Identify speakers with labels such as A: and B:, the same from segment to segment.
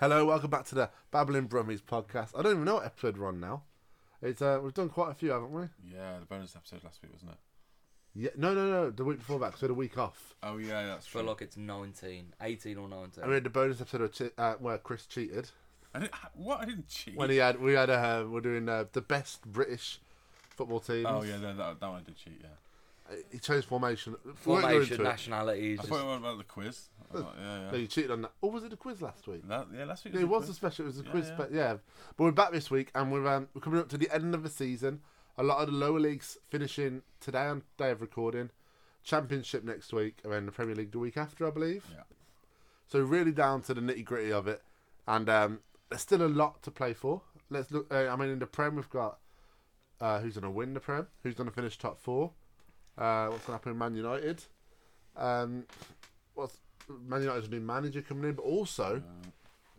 A: Hello, welcome back to the Babbling Brummies podcast. I don't even know what episode we're on now. It's uh, we've done quite a few, haven't we?
B: Yeah, the bonus episode last week, wasn't it?
A: Yeah, no, no, no. The week before that, 'cause we had a week off.
B: Oh yeah, that's
C: feel
B: true.
C: like it's 19, 18 or 19.
A: And we had the bonus episode of che- uh, where Chris cheated
B: I didn't, what I didn't cheat.
A: when he had we had uh, we're doing uh, the best British football teams.
B: oh yeah, no, that, that one I did cheat. Yeah,
A: he chose formation. We won't go
C: Formation,
A: into it.
C: nationalities.
B: I thought it was about the quiz. I thought, yeah,
A: No,
B: yeah.
A: you cheated on that. Or was it the quiz last week?
B: That, yeah, last week.
A: Yeah, it was a
B: the quiz.
A: special. It was a
B: Yeah,
A: quiz,
B: yeah.
A: but yeah. But we're back this week, and we're um, we're coming up to the end of the season. A lot of the lower leagues finishing today on day of recording, Championship next week, and then the Premier League the week after, I believe.
B: Yeah.
A: So really down to the nitty gritty of it, and um, there's still a lot to play for. Let's look. Uh, I mean, in the Prem, we've got uh, who's going to win the Prem, who's going to finish top four, uh, what's going to happen with Man United, um, what's Man United's new manager coming in, but also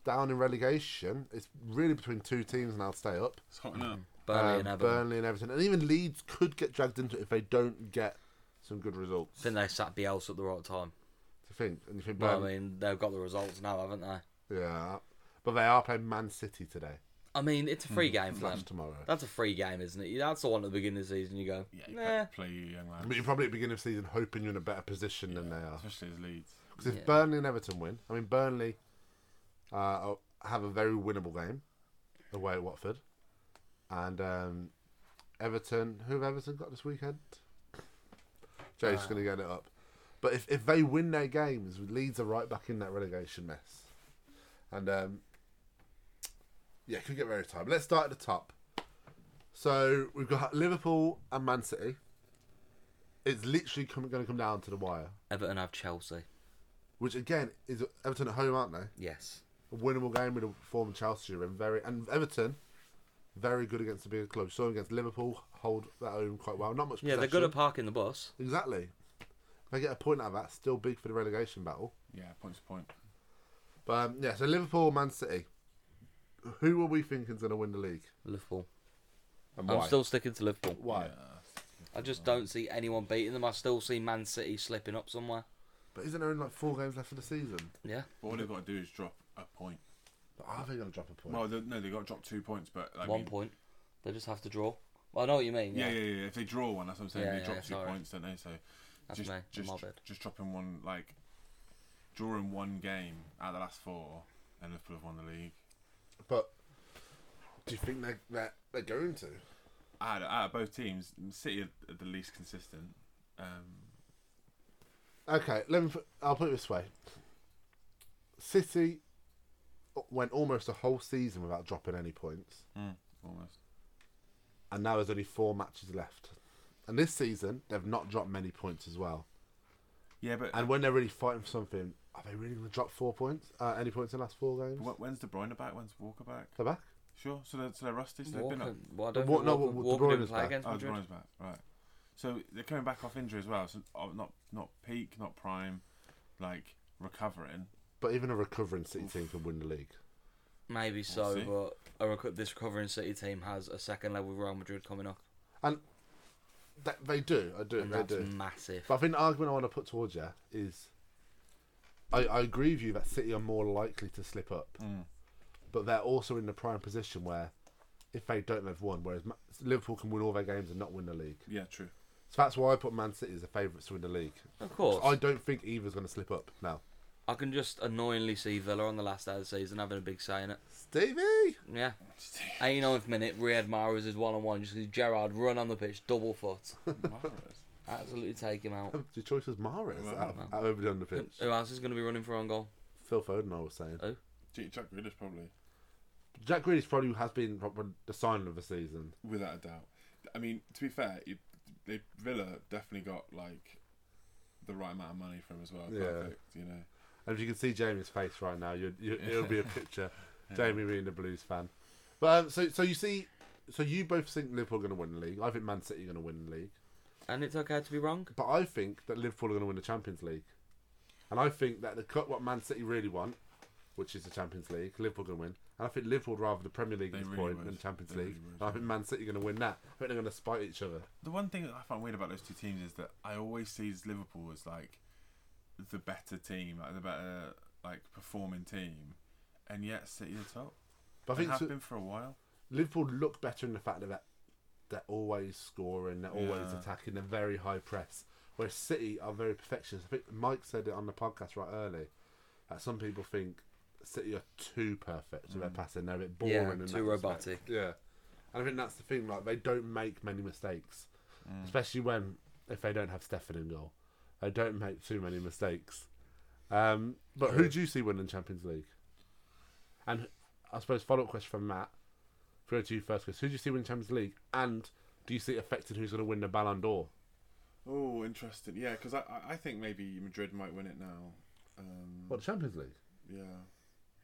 A: down in relegation. It's really between two teams now to stay up.
B: It's hot enough.
C: Burnley
A: Um,
C: and Everton.
A: Burnley and Everton. And even Leeds could get dragged into it if they don't get some good results.
C: I think they sat Bielsa at the right time.
A: Do you think? And you think
C: Well, I
A: Burnley-
C: mean, they've got the results now, haven't they?
A: Yeah. But they are playing Man City today.
C: I mean, it's a
B: Hmm.
C: free game for
A: That's
C: them.
A: tomorrow.
C: That's a free game, isn't it? That's the one at the beginning of the season you go,
B: Yeah, you
C: nah.
B: play, play you young lad,
A: But you're probably at the beginning of the season hoping you're in a better position than they are.
B: especially as Leeds.
A: Because if
C: Yeah.
A: Burnley and Everton win, I mean, Burnley uh, are- have a very winnable game away at Watford. And um, Everton, who have Everton got this weekend? Jay's going to get it up. But if, if they win their games, Leeds are right back in that relegation mess. And um, yeah, it could get very tight. But Let's start at the top. So we've got Liverpool and Man City. It's literally going to come down to the wire
C: Everton have Chelsea.
A: which again is Everton at home, aren't they?
C: Yes.
A: A winnable game with a former Chelsea and very and Everton, very good against the bigger clubs. So against Liverpool, hold that home quite well. Not much.
C: Yeah, they're good
A: possession.
C: at parking the bus.
A: exactly. If they get a point out of that, still big for the relegation battle.
B: Yeah, point to point.
A: But um, yeah, so Liverpool, Man City. Who are we thinking's going to win the league?
C: Liverpool.
A: And
C: I'm still sticking to Liverpool.
A: why?
C: I just don't see anyone beating them. I still see Man City slipping up somewhere.
A: But isn't there only like four games left of the season?
C: Yeah.
B: But all they've got to do is drop a point.
A: But are they going to drop a point?
B: Well, they, no, they've got to drop two points, but I
C: one
B: mean,
C: point. They just have to draw. Well, I know what you mean.
B: Yeah, yeah, yeah. If they draw one, that's what I'm saying.
C: Yeah,
B: they
C: yeah,
B: drop two
C: sorry.
B: points, don't they? So
C: That's
B: just,
C: me, I'm
B: just,
C: all bad.
B: just dropping one, like drawing one game out of the last four, and Liverpool have won the league.
A: But do you think they're, they're, they're going to?
B: Out of, out of both teams, City are the least consistent. Um,
A: Okay, let me. Put, I'll put it this way. City went almost a whole season without dropping any points,
B: almost.
A: and now there's only four matches left. And this season, they've not dropped many points as well.
B: Yeah, but
A: And when they're really fighting for something, are they really going to drop four points? Uh, any points in the last four games?
B: wh- when's De Bruyne back? When's Walker back?
A: They're back.
B: Sure. So they're, so they're rusty. So they've been up.
C: Walker, well, I don't
A: Wa-
C: think
A: no,
C: Walker,
A: Wa- De
C: Walker didn't
A: Bruyne's
C: play
A: back.
C: against
B: Oh, De
C: Madrid.
B: Bruyne's back. Right. So they're coming back off injury as well. So oh, not not peak, not prime, like recovering.
A: But even a recovering City team can win the league.
C: Maybe so,
B: see.
C: but a reco- this recovering City team has a second level Real Madrid coming up,
A: And that, they do. I do.
C: and
A: they
C: that's
A: do.
C: massive.
A: But I think the argument I want to put towards you is I, I agree with you that City are more likely to slip up. But they're also in the prime position where if they don't, they've won. Whereas Ma- Liverpool can win all their games and not win the league.
B: Yeah, true.
A: So that's why I put Man City as the favourites to win the league.
C: Of
A: 'Cause I
C: course,
A: don't think either's going to slip up now.
C: I, can just annoyingly see Villa on the last day of the season having a big say in it.
A: Stevie!
C: Yeah, 89th minute, Riyad Mahrez is one on one. Just see Gerard run on the pitch, double foot,
B: Marvellous.
C: absolutely take him out.
A: Your choice was Mahrez
B: Well,
A: out, of- out over the under pitch.
C: Who else is going to be running for on goal?
A: Phil Foden, I was saying.
C: Oh,
B: Jack Jack Grealish probably,
A: Jack Grealish probably has been prob- the sign of the season.
B: without a doubt. I mean, to be fair, you, they Villa definitely got like the right amount of money from as well.
A: Yeah.
B: Perfect, you know.
A: And if you can see Jamie's face right now, you'd, you it'll be a picture. Jamie being a Blues fan. But um, so so you see, so you both think Liverpool are going to win the league. I think Man City are going to win the league.
C: and it's okay to be wrong.
A: But I think that Liverpool are going to win the Champions League. And I think that the cut what Man City really want, which is the Champions League, Liverpool going to win. And I think Liverpool would rather the Premier League
B: They
A: at this
B: really
A: point
B: would.
A: than the Champions
B: They
A: League.
B: really would,
A: and I think Man City are going to win that. I think they're going to spite each other.
B: The one thing that I find weird about those two teams is that I always see Liverpool as like the better team, like the better like performing team, and yet City are top.
A: But I
B: They
A: think
B: have
A: so-
B: been for a while.
A: Liverpool look better in the fact that they're always scoring, they're always
B: Yeah.
A: attacking, they're very high press. Whereas City are very perfectionist. I think Mike said it on the podcast right early that some people think City are too perfect with their passing. They're a bit boring.
C: Mm. Yeah,
A: in
C: too
A: that respect.
C: robotic.
A: Yeah, and I think that's the thing. Like they don't make many mistakes, especially when if they don't have Stefan in goal, they don't make too many mistakes. Um, but who
C: True.
A: do you see winning Champions League? And I suppose follow up question from Matt. If we go to you first, Chris, who do you see winning Champions League? And do you see it affecting who's going to win the Ballon d'Or?
B: Oh, interesting. Yeah, because I, I- I think maybe Madrid might win it now. Um,
A: What Champions League?
B: Yeah.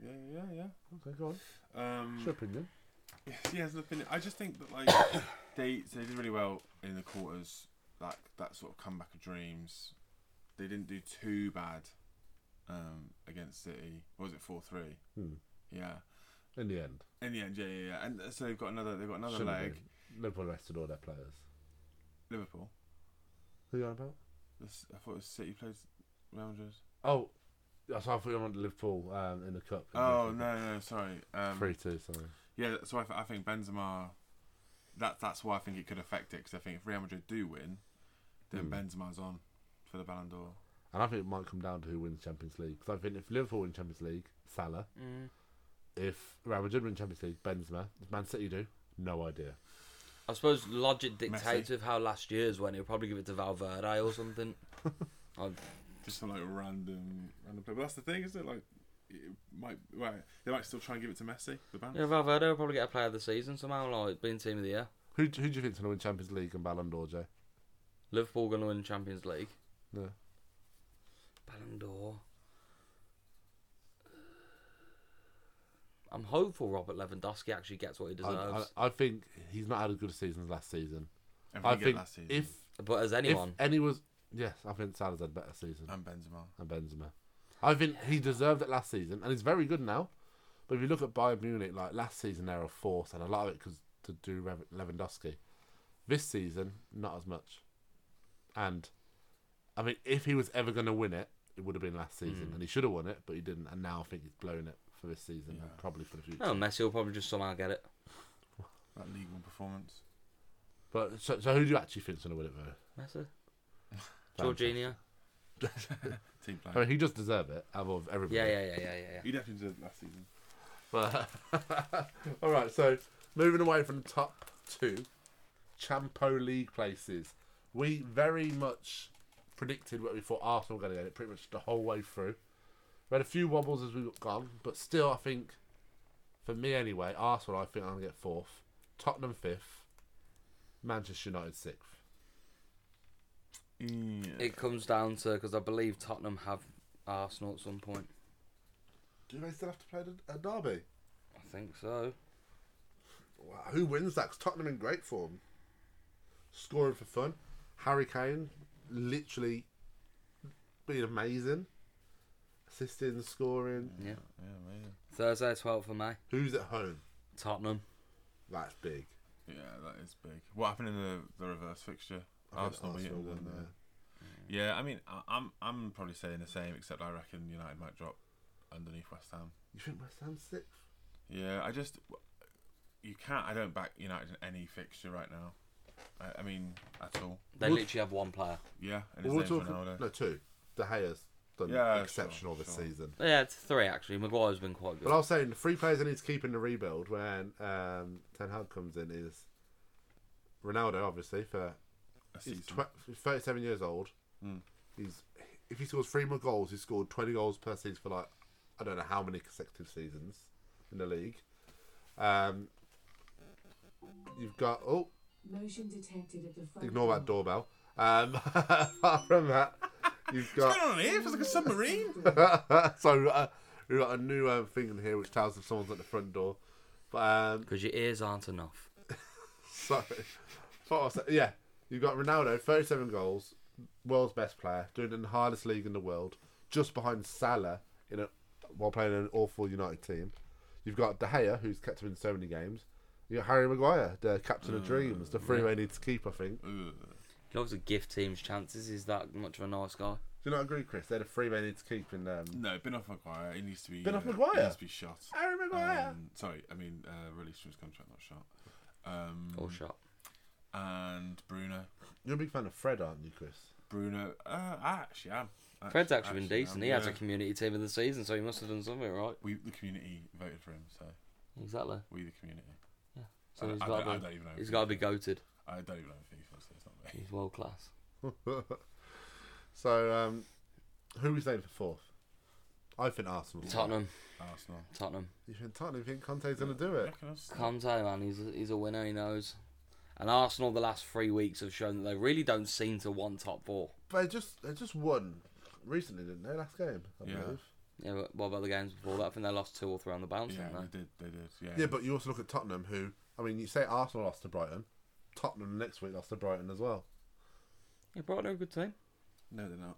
B: Yeah, yeah,
A: Okay, go on.
B: yeah. Um,
A: What's your opinion?
B: Yes, yeah, it's nothing. I just think that like they they did really well in the quarters. That that sort of comeback of dreams. They didn't do too bad um, against City. What was it four three?
A: Hmm.
B: Yeah.
A: In the end,
B: In the end, yeah, yeah, yeah. And uh, so they've got another they've got another
A: Shouldn't have
B: leg.
A: been. Liverpool rested all their players.
B: Liverpool.
A: Who are you on about?
B: This, I thought it was City played Real Madrid.
A: Oh, that's how I thought you wanted Liverpool um, in the cup.
B: Oh no, no, sorry. Um,
A: three two. Sorry.
B: Yeah, so I, th- I think Benzema. That that's why I think it could affect it because I think if Real Madrid do win, then
A: Hmm.
B: Benzema's on for the Ballon d'Or.
A: And I think it might come down to who wins Champions League. Because I think if Liverpool win Champions League, Salah.
C: Mm.
A: If Real Madrid win Champions League, Benzema. If Man City do, no idea.
C: I suppose logic dictates
B: Messi.
C: with how last year's went. He'll probably give it to Valverde or something. I'd-
B: Just for like random random play. But that's the thing, isn't it? Like it might right, they might still try and give it to Messi, the band.
C: yeah, Valverde will probably get a player of the season somehow, like being team of the year.
A: Who d- who do you think's gonna win Champions League and Ballon d'Or, Jay?
C: Liverpool going to win Champions League.
A: Yeah.
C: Ballon d'Or. I'm hopeful Robert Lewandowski actually gets what he
A: I, I,
C: deserves.
A: I think he's not had as good a season as last season.
B: Everything
A: I
B: he did
A: think
B: last season.
A: if
C: but as
A: if
C: anyone,
A: any was yes, I think Salah's had a better season
B: and Benzema.
A: than Benzema. I think he deserved it last season, and he's very good now. But if you look at Bayern Munich, like last season, they're a force, and a lot of it because to do Rev- Lewandowski. This season, not as much. And I mean, if he was ever going to win it, it would have been last season,
C: Mm.
A: and he should have won it, but he didn't. And now I think he's blown it for this season
B: Yeah.
A: and probably for the future.
C: no, Oh, Messi will probably just somehow get it.
B: That league one performance.
A: But so, so who do you actually think's going to win it though?
C: Messi, Jorginho.
B: Team
A: I
B: player.
A: mean, he does deserve it out of everybody.
C: Yeah, yeah, yeah, yeah, yeah. yeah.
B: You definitely deserved last season.
A: But all right, so moving away from the top two, Champo League places. We very much predicted what we thought Arsenal were going to get it pretty much the whole way through. We had a few wobbles as we got gone, but still, I think for me anyway, Arsenal. I think I'm going to get fourth, Tottenham fifth, Manchester United sixth.
B: Yeah.
C: It comes down to because I believe Tottenham have Arsenal at some point.
A: Do they still have to play a derby?
C: I think so.
A: Wow, who wins that? 'Cause Tottenham in great form, scoring for fun. Harry Kane, literally being amazing, assisting, scoring.
C: Yeah.
B: Yeah, maybe.
C: Thursday, 12th of May.
A: Who's at home?
C: Tottenham.
A: That's big.
B: Yeah, that is big. What happened in the, the reverse fixture?
A: I think
B: Arsenal,
A: Arsenal
B: beat
A: won
B: them,
A: there.
B: Yeah, I mean, I, I'm I'm probably saying the same, except I reckon United might drop underneath West Ham.
A: You think West Ham's sixth?
B: Yeah, I just you can't. I don't back United in any fixture right now. I, I mean, at all.
C: They
A: Would-
C: literally have one player.
B: Yeah, and his
A: Well, we're
B: name's Ronaldo.
A: talking, no, two. De Gea's done
B: Yeah,
A: exceptional
B: sure,
A: this
B: sure.
A: season.
C: Yeah, it's three actually. Maguire's been quite
A: But
C: good.
A: I was saying, the three players I need to keep in the rebuild when um, Ten Hag comes in is Ronaldo, obviously, for
B: A
A: He's
B: season.
A: tw- he's 37 years old.
B: Mm.
A: He's if he scores three more goals, he scored 20 goals per season for like I don't know how many consecutive seasons in the league. Um, you've got oh,
D: Motion detected at the front.
A: ignore that doorbell. Um, apart from that, you've got
B: What's going on here? It's like a submarine.
A: so uh, we've got a new um, thing in here which tells if someone's at the front door. But um,
C: Because your ears aren't enough.
A: sorry, What was that? yeah, you've got Ronaldo, 37 goals, world's best player, doing it in the hardest league in the world, just behind Salah in a, while playing in an awful United team. You've got De Gea, who's kept him in so many games. You got Harry Maguire, the captain of dreams, the three they need to keep, I think.
B: Ugh.
C: He loves to give teams chances. He's that much of a nice guy.
A: Do you not agree, Chris? They're the three they need to keep in. Um,
B: No, Ben off Maguire. He needs to be.
A: Benoit
B: uh,
A: Maguire?
B: He needs to be shot.
A: Harry
B: Um, sorry, I mean uh, released from his contract, not shot. Um,
C: All shot.
B: And Bruno,
A: You're a big fan of Fred, aren't you, Chris?
B: Bruno. Uh, I actually am. Actu-
C: Fred's actually been
B: actually am,
C: decent. He has a
B: yeah.
C: community team of the season, so he must have done something right.
B: We the community voted for him, so
C: Exactly.
B: we the community. I,
C: So he's
B: I
C: got
B: don't, I
C: to
B: don't even know.
C: be, he's
B: who
C: got to
B: FIFA
C: be
B: is.
C: goated.
B: I don't even know who FIFA, so it's not me.
C: He's world class.
A: so, um, who we saying for fourth? I think Arsenal.
C: Tottenham,
B: Arsenal.
C: Tottenham.
A: You think Tottenham? You think Conte's going to do it?
B: Reckon us-
C: Conte, man, he's a, he's a winner. He knows. And Arsenal, the last three weeks have shown that they really don't seem to want top four.
A: But they just they just won recently, didn't they? Last game, I
B: Yeah.
A: believe.
C: Yeah, but what about the games before that? I think they lost two or three on the bounce,
B: Yeah,
C: didn't
B: they
C: they?
B: did. They did. Yeah.
A: Yeah, but you also look at Tottenham, who I mean, you say Arsenal lost to Brighton. Tottenham next week lost to Brighton as well.
C: Yeah, Brighton are a good team.
B: no, they're not.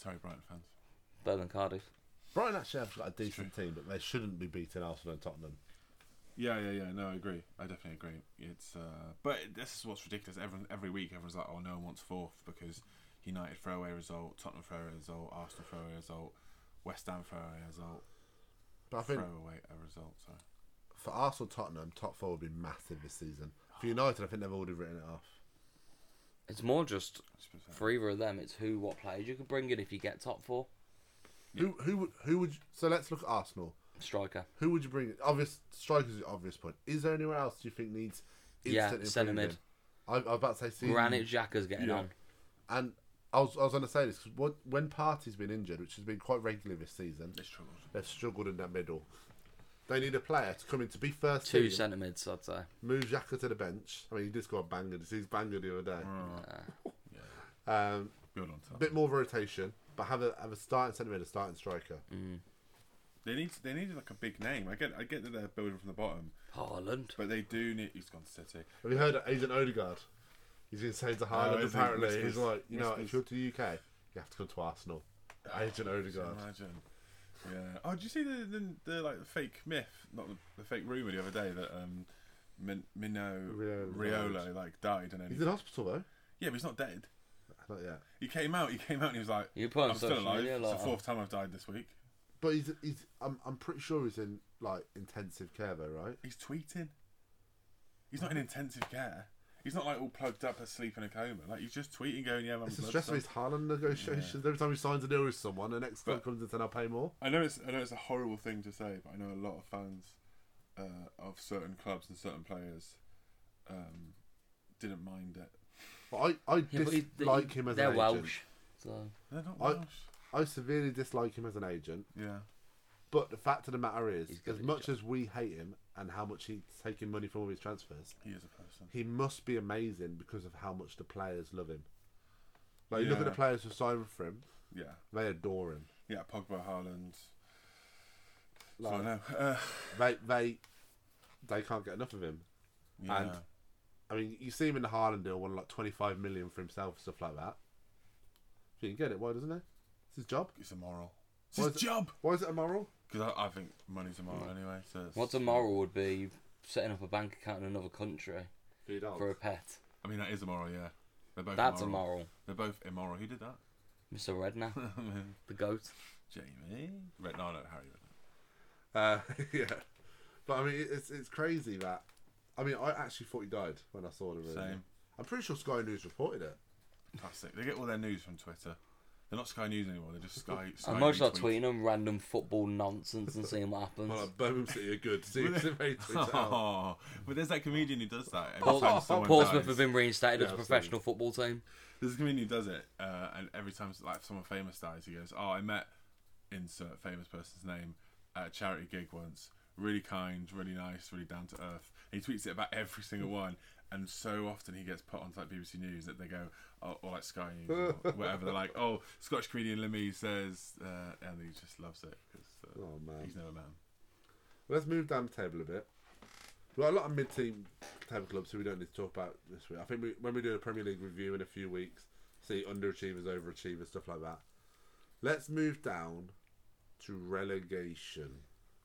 B: Sorry, Brighton fans.
C: Better than Cardiff.
A: Brighton actually have got a decent team, but they shouldn't be beating Arsenal and Tottenham.
B: Yeah, yeah, yeah. No, I agree. I definitely agree. It's uh, but this is what's ridiculous. Everyone, every week, everyone's like, "Oh, no one wants fourth because United throwaway result, Tottenham throwaway result, Arsenal throwaway result, West Ham throwaway result,
A: But I think
B: throwaway a result." Sorry.
A: for Arsenal, Tottenham, top four would be massive this season.
B: Ah.
A: For United, I think they've already written it off.
C: It's more just
B: Just put that-
C: for either of them. It's who, what players you could bring in if you get top four.
A: Who who would who would? You, so let's look at Arsenal.
C: Striker.
A: Who would you bring? Obvious strikers, is the obvious point. Is there anyone else do you think needs?
C: Yeah,
A: instant
C: centre mid.
A: improvement? I, I was about to say, Cedar.
C: Granit Xhaka's getting
A: Yeah.
C: on.
A: And I was I was going to say this because when Party's been injured, which has been quite regularly this season,
B: They struggled.
A: they've struggled in that middle. They need a player to come in to be first
C: Two
A: team,
C: centre mids, I'd say.
A: move Xhaka to the bench. I mean, he did score a banger. He's banger the other day.
C: Uh,
A: Um,
B: Build on
A: a
B: top.
A: bit more rotation, but have a have a starting centre mid, a starting striker.
B: They need. They needed like a big name. I get. I get that they're building from the bottom,
C: Haaland.
B: but they do need. He's gone to City.
A: Have you heard of Agent Odegaard? He's insane to Haaland,
B: Oh, is he?
A: apparently. He's
B: Whispers.
A: like, you know, if
B: Whispers.
A: you're to the UK, you have to come to Arsenal. Agent Odegaard.
B: Imagine. Yeah. Oh, did you see the the, the like the fake myth, not the, the fake rumor the other day that um, Min, Mino
A: Raiola
B: Riolo like died and then
A: He's in hospital, though.
B: yeah, but he's not dead.
A: Not yet.
B: He came out. He came out and he was like,
C: You put on
B: "I'm still
C: social
B: alive.
C: media,
B: it's
C: like,
B: the fourth time I've died this week."
A: But he's, he's I'm, I'm pretty sure he's in, like, intensive care, though, right?
B: He's tweeting. He's not in intensive care. He's not like all plugged up asleep in a coma. Like he's just tweeting, going, "Yeah, I'm."
A: It's the stress of his Haaland negotiations. Every time he signs a deal with someone, the next club comes and says, I'll pay more.
B: I know it's I know it's a horrible thing to say, but I know a lot of fans uh, of certain clubs and certain players um, didn't mind it.
A: But I, I
C: Yeah, but he-
A: dislike
C: he-
A: him as
C: They're
A: an agent.
C: Welsh. So.
B: They're not
A: I-
B: Welsh.
A: I severely dislike him as an agent.
B: Yeah.
A: But the fact of the matter is,
C: He's good at
A: as
C: his
A: much
C: job.
A: as we hate him and how much he's taking money from all his transfers,
B: He is a person.
A: he must be amazing because of how much the players love him. Like you look at the
B: Yeah.
A: players who signed for him,
B: Yeah.
A: they adore him.
B: Yeah, Pogba, Haaland. So I
A: Like
B: know. Uh,
A: they they they can't get enough of him.
B: yeah.
A: And I mean, you see him in the Haaland deal, won like twenty five million for himself, stuff like that. If you can get it, why doesn't he? It's his job.
B: it's immoral. It's
A: Why
B: his
A: is it-
B: job! Mm.
A: Why is it immoral?
B: Because I, I think money's immoral anyway. So it's,
C: What's a moral would be setting up a bank account in another country for a pet.
B: I mean, that is immoral, yeah. They're both
C: That's
B: immoral.
C: immoral.
B: They're both immoral. Who did that?
C: Mr. Redknapp, the goat.
B: Jamie? Red, no, no, Harry Redknapp.
A: Uh, yeah, but I mean, it- it's it's crazy that. I mean, I actually thought he died when I saw the rumor.
B: Same.
A: I'm pretty sure Sky News reported it.
B: Classic. They get all their news from Twitter. They're not Sky News anymore. They're just Sky. Sky
C: I'm gonna start
B: retweets.
C: tweeting them random football nonsense and seeing what happens.
A: Well, like, Birmingham City are good. See, if they tweet it out.
B: Oh, but there's that comedian who does that. Every
C: Paul-
B: time someone
C: Portsmouth
B: dies.
C: have been reinstated
A: Yeah,
C: as a
A: I've seen
C: professional football team.
B: There's a comedian who does it, uh, and every time like someone famous dies, he goes, "Oh, I met insert famous person's name at a charity gig once. Really kind, really nice, really down to earth." And he tweets it about every single one, and so often he gets put on like BBC News that they go, oh, or like Sky News or whatever. They're like, "Oh, Scottish comedian Lemmy says," uh, and he just loves it because uh,
A: Oh, man.
B: he's never man.
A: Let's move down the table a bit. We've got a lot of mid-team table clubs who we don't need to talk about this week. I think we, when we do the Premier League review in a few weeks, see underachievers, overachievers, stuff like that. Let's move down to relegation.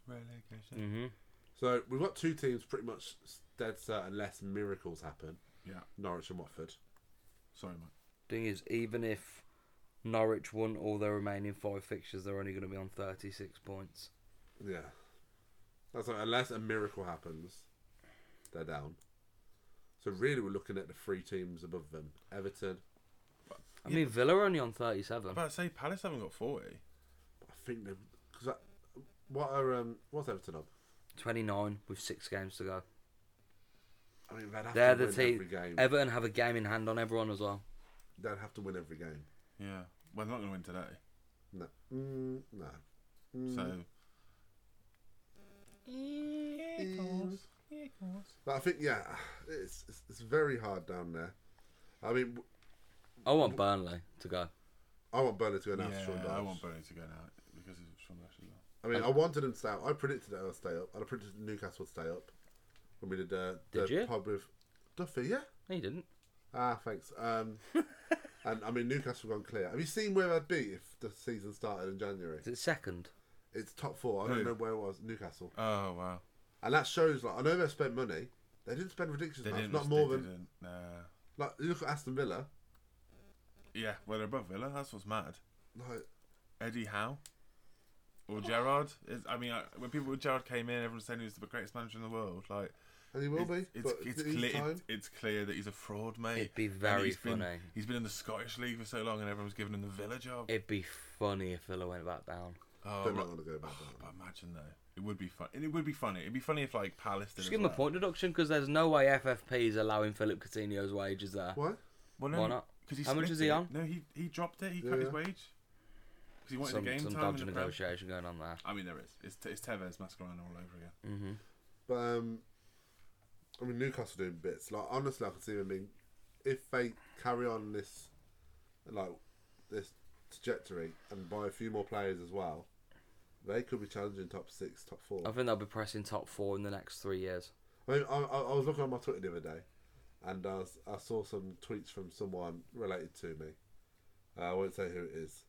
B: Relegation.
C: Mm-hmm.
A: So we've got two teams pretty much dead certain unless miracles happen.
B: Yeah.
A: Norwich and Watford.
B: Sorry, mate.
C: Thing is, even if Norwich won all their remaining five fixtures. They're only going to be on 36 points.
A: Yeah. That's like, unless a miracle happens, they're down. So really, we're looking at the three teams above them: Everton.
C: I mean, Villa are only on 37.
B: But I say Palace haven't got forty.
A: I think they because what are um what's Everton on?
C: 29 with six games to go.
A: I mean, they'd have
C: They're
A: to
C: the
A: win every
C: team.
A: game.
C: Everton have a game in hand on everyone as well.
A: they'd have to win every game.
B: Yeah, well, they're not going to win today.
A: No, mm, no. Mm,
B: So
A: But I think yeah, it's, it's it's very hard down there. I mean, w-
C: I want Burnley to go.
A: I want Burnley to go now.
B: yeah,
A: Sean
B: I
A: Dyche.
B: want Burnley to go now because of Sean Dyche as well.
A: I mean, I wanted them to stay up. I predicted that they'll stay up. and I predicted Newcastle would stay up when we did uh, the
C: Did you?
A: pub with Duffy. Yeah.
C: No, you didn't.
A: Ah, thanks. Um, and I mean, Newcastle gone clear. Have you seen where I'd be if the season started in January?
C: Is it second?
A: It's top four. I don't
B: Who?
A: know where it was. Newcastle,
B: Oh wow,
A: and that shows like I know they spent money. They didn't spend ridiculous
B: they
A: amounts.
B: didn't.
A: Not
B: they
A: more than
B: didn't, nah.
A: like look at Aston Villa.
B: Yeah, well, they're above Villa. That's what's mad.
A: Like
B: Eddie Howe or Gerard. It's, I mean, I, when people when Gerard came in, everyone was saying he was the greatest manager in the world. Like,
A: and he will
B: it's,
A: be.
B: it's,
A: but
B: it's
A: each
B: clear,
A: time,
B: it's, it's clear that he's a fraud, mate.
C: It'd be
B: And
C: very
B: he's been-
C: funny.
B: he's been in the Scottish League for so long, and everyone's giving him the Villa job.
C: It'd be funny if Villa went back down.
B: oh,
A: they're
B: right.
A: not going to go back.
B: Oh,
A: down.
B: but imagine though, it would be fun. It would be funny. It'd be funny if like Palace did.
C: Just
B: as
C: give him
B: well.
C: a point deduction because there's no way FFP is allowing Philip Coutinho's wages there.
A: Why?
B: Well,
C: Why not?
B: 'cause he
C: How much
B: split
C: is he
B: it.
C: on?
B: No, he he dropped it. He
A: Yeah.
B: cut his wage because he wanted
C: Some,
B: the game
C: some
B: time
C: dodgy
B: in the Prem.
C: negotiation going on there.
B: I mean, there is. It's, it's Tevez Mascherano all over again.
C: hmm
A: But um, I mean, Newcastle doing bits. Like honestly, I can see them being. If they carry on this, like this trajectory, and buy a few more players as well, they could be challenging top six, top four.
C: I think they'll be pressing top four in the next three years.
A: I, mean, I, I I was looking on my Twitter the other day, and I, was, I saw some tweets from someone related to me. Uh, I won't say who it is.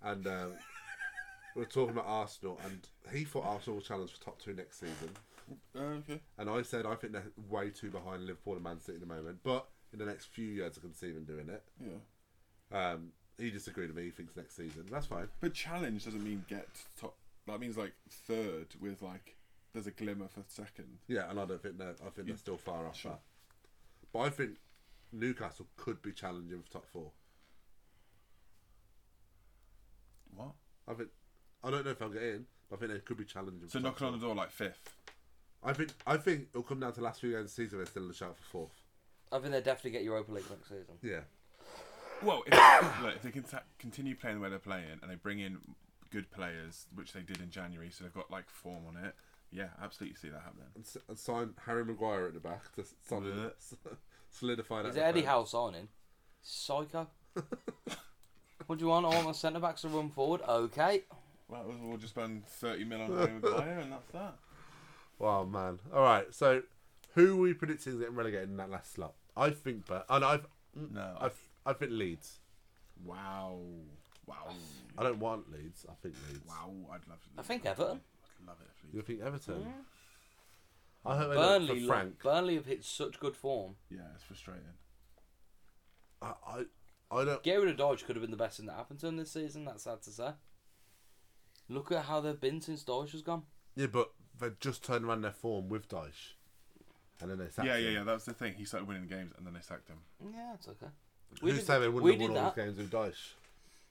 A: And um, we were talking about Arsenal, and he thought Arsenal will challenge for top two next season.
B: Oh, okay.
A: And I said I think they're way too behind Liverpool and Man City at the moment, but in the next few years I can see them doing it.
B: Yeah.
A: Um, he disagreed with me. He thinks next season. That's fine.
B: But challenge doesn't mean get to top. That means like third with like there's a glimmer for second.
A: Yeah, and I don't think they're. I think they're still far off
B: Sure.
A: that. But I think Newcastle could be challenging for top four.
B: What?
A: I think. I don't know if I'll get in, but I think they could be challenging.
B: So
A: for top
B: knocking on
A: four.
B: the door like fifth.
A: I think. I think it'll come down to the last few games of the season. They're still in the shout for fourth.
C: I think they'll definitely get Europa League next season.
A: Yeah.
B: Well, if, look, if they can ta- continue playing the way they're playing and they bring in good players, which they did in January, so they've got like form on it. Yeah, absolutely see that happening.
A: And, s- and sign Harry Maguire at the back to solid, solidify that.
C: Is it Eddie
A: defence.
C: Howe signing? Psycho. what do you want? I want my centre backs to run forward. Okay.
B: Well, we'll- we'll just spend thirty mil on Harry Maguire, and that's that.
A: Wow, man. All right, so who are we predicting is getting relegated in that last slot? I think, but and I've, mm,
B: No.
A: I've, I think Leeds.
B: Wow. Wow.
A: I don't want Leeds. I think Leeds.
B: Wow. I'd love.
C: I think Everton.
B: I'd love it if
A: You
B: Leeds.
A: think Everton? I hope they don't
C: Burnley,
A: for Frank.
C: Burnley have hit such good form.
B: Yeah, it's frustrating.
A: I, I, I don't.
C: Get rid of Dodge could have been the best thing that happened to him this season. That's sad to say. Look at how they've been since Dodge has gone.
A: Yeah, but they just turned around their form with Dyche, and then they sacked
B: Yeah, yeah,
A: him.
B: yeah. That's the thing. He started winning games, and then they sacked him.
C: Yeah, it's okay.
A: Who's
C: did-
A: saying they wouldn't
C: we
A: have
C: did
A: won all
C: that.
A: those games with Dyche?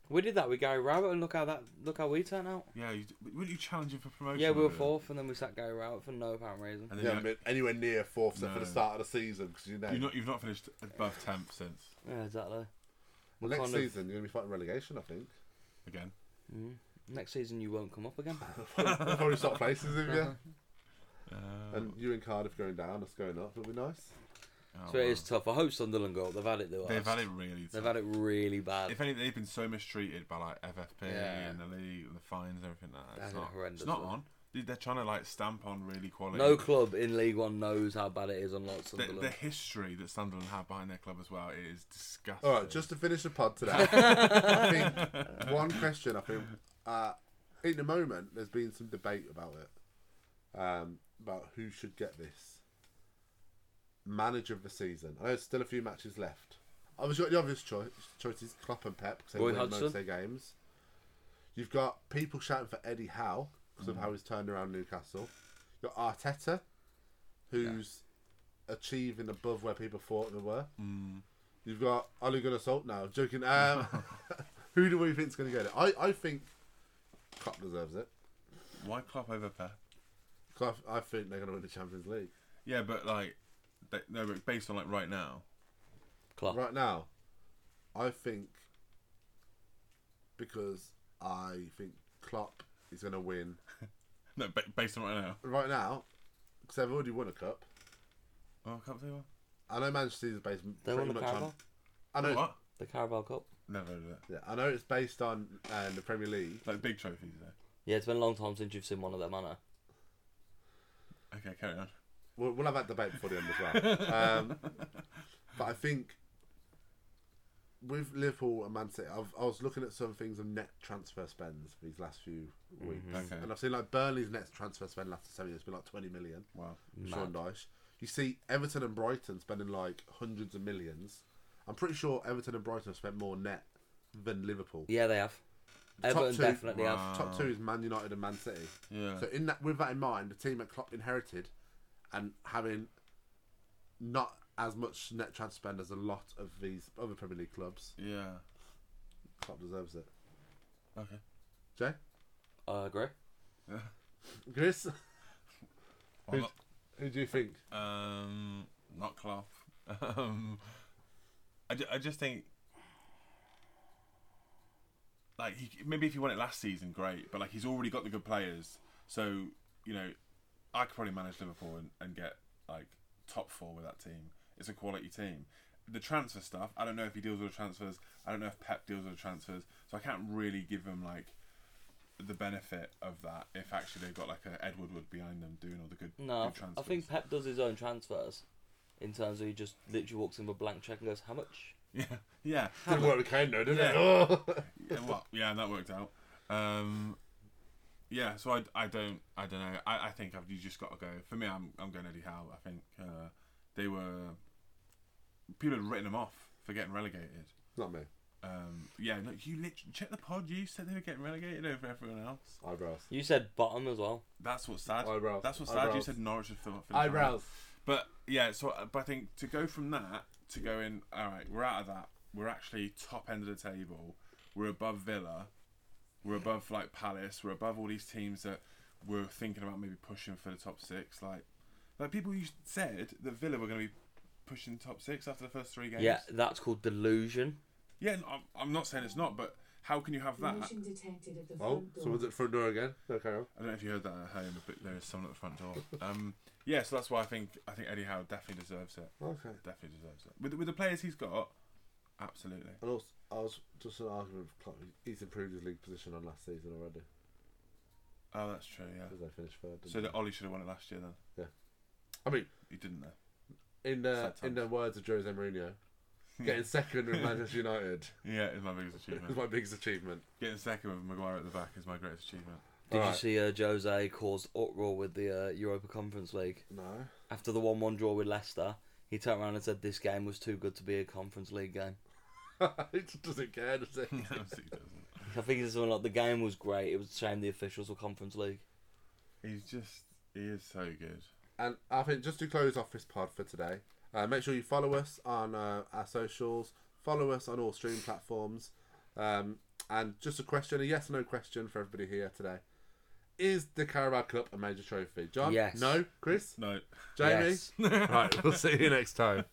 C: We did that with Gary Rabbit, and look how that look how we turned out.
B: Yeah, you, wouldn't you challenge him for promotion?
C: Yeah, we were
B: with it?
C: fourth, and then we sacked Gary Rabbit for no apparent reason.
B: And
A: Yeah,
B: then you-
A: but anywhere near fourth, except for
B: No.
A: the start of the season, because you know.
B: you've not you've not finished above tenth since
C: Yeah, exactly.
A: well, next
C: kind of-
A: season you're gonna be fighting relegation, I think.
B: again.
C: Mhm. Next season you won't come up again.
A: They'll probably stop places with you,
B: Uh,
A: and you and Cardiff going down, us going up. It'll be nice.
B: oh,
C: so it is
B: well.
C: tough. I hope Sunderland go up. They've had it the worst.
B: They've had it really.
C: They've
B: tough.
C: had it really bad.
B: If anything, they've been so mistreated by like FFP
C: Yeah.
B: and the league and the fines and everything like that.
C: That's
B: It's
C: been
B: not,
C: horrendous,
B: it's not
C: wasn't
B: on. They- They're trying to like stamp on really quality.
C: no club in League One knows how bad it is, unlike
B: the,
C: Sunderland.
B: the history that Sunderland have behind their club as well it is disgusting.
A: All right, just to finish the pod today, I think one question. I think uh, in the moment there's been some debate about it, um, about who should get this manager of the season. I know there's still a few matches left. I was got the obvious choice, choices: Klopp and Pep because they
C: Roy
A: win most
C: Hodgson.
A: of their games. You've got people shouting for Eddie Howe because of how he's turned around Newcastle. You've got Arteta, who's achieving above where people thought they were. You've got Ole Gunnar Salt now. Joking. Um, who do we think's going to get it? I, I think Klopp deserves it.
B: Why Klopp over Pep?
A: Klopp, I think they're going to win the Champions League
B: Yeah, but like, they, no, but based on like right now,
C: Klopp.
A: right now. I think because I think Klopp is going to win
B: no, ba- based on right now.
A: right now because they've already won a cup.
B: Oh, I can't think of
A: I know Manchester City's based
C: They
A: pretty
C: won the
A: much on.
C: Carabao.
A: I know.
B: one. What?
C: The Carabao Cup.
B: Never heard of it.
A: Yeah, I know it's based on uh, the Premier League.
B: Like big trophies there.
C: Yeah, it's been a long time since you've seen one of them, Anna.
B: Okay, carry on.
A: We'll, we'll have that debate before the end as well. Um, but I think with Liverpool and Man City, I've, I was looking at some things of net transfer spends for these last few
C: Mm-hmm.
A: weeks,
B: Okay.
A: and I've seen like Burnley's net transfer spend last seven years been like twenty million.
B: Wow.
A: Sean Dyche. You see Everton and Brighton spending like hundreds of millions. I'm pretty sure Everton and Brighton have spent more net than Liverpool.
C: Yeah, they have.
A: The top
C: Everton
A: two-
C: definitely
B: Wow.
C: have.
A: Top two is Man United and Man City.
B: Yeah.
A: So in that, with that in mind, the team that Klopp inherited, and having not as much net transfer spend as a lot of these other Premier League clubs,
B: yeah.
A: Klopp deserves it.
B: Okay.
A: Jay,
C: I agree.
A: Chris,
B: Well,
A: Who's- who do you think?
B: not- um, not Klopp. um, I, ju- I just think. Like he, maybe if he won it last season, great. But like he's already got the good players, so you know, I could probably manage Liverpool and, and get like top four with that team. It's a quality team. The transfer stuff, I don't know if he deals with the transfers. I don't know if Pep deals with the transfers. So I can't really give him like the benefit of that if actually they've got like a Edward Wood behind them doing all the good,
C: No,
B: good
C: I- I
B: transfers.
C: think Pep does his own transfers. In terms of he just literally walks in with a blank check and goes, "How much?"
B: yeah, yeah,
A: Didn't work with Kane though, did
B: Yeah.
A: it?
B: yeah, well, yeah, and that worked out. Um, yeah, so I, I don't I don't know. I, I think I've, you just got to go. For me, I'm I'm going Eddie Howe. I think uh, they were people had written them off for getting relegated.
A: not me.
B: Um, yeah, no, you literally check the pod. You said they were getting relegated over everyone else.
A: Eyebrows.
C: You said bottom as well.
B: That's what's sad.
A: Eyebrows.
B: That's what's sad. You
A: Eyebrows.
B: said Norwich would fill up.
A: Eyebrows.
B: But yeah, so uh, but I think to go from that to going, all right, we're out of that. We're actually top end of the table. We're above Villa. We're above like Palace. We're above all these teams that were thinking about maybe pushing for the top six. Like, like people who said that Villa were going to be pushing top six after the first three games.
C: Yeah, that's called delusion.
B: Yeah, no, I'm, I'm not saying it's not, but how can you have that?
D: Pollution detected at the
A: Oh,
D: front door.
A: someone's at front door again. Okay. on.
B: I don't know if you heard that at home, but there is someone at the front door. Um, yeah, so that's why I think I think Eddie Howe definitely deserves it.
A: Okay.
B: Definitely deserves it. With with the players he's got, absolutely.
A: And also, I was just an argument with Klopp. He's improved his league position on last season already
B: Oh, that's true. Yeah.
A: because they finished third. didn't
B: So
A: they?
B: that Ollie should have won it last year then.
A: I mean,
B: He didn't though.
A: in the
B: Sometimes.
A: in the words of Jose Mourinho, getting second with Manchester United
B: Yeah, it's my biggest
A: is
B: achievement.
A: my biggest achievement.
B: Getting second with Maguire at the back is my greatest achievement.
C: Did you
A: Alright.
C: see uh, Jose caused uproar with the uh, Europa Conference League
A: No,
C: after the one-one draw with Leicester? He turned around and said, "This game was too good to be a Conference League game."
A: he just doesn't care, does he?
B: Obviously he doesn't.
C: I think it's something like the game was great. It was a shame the officials were Conference League.
B: He's just he is so good.
A: And I think just to close off this pod for today, uh, make sure you follow us on uh, our socials, follow us on all stream platforms, um, and just a question, a yes/no question for everybody here today: Is the Carabao Cup a major trophy? John?
C: Yes.
A: No. Chris?
B: No.
A: Jamie?
C: Yes.
A: right. We'll see you next time.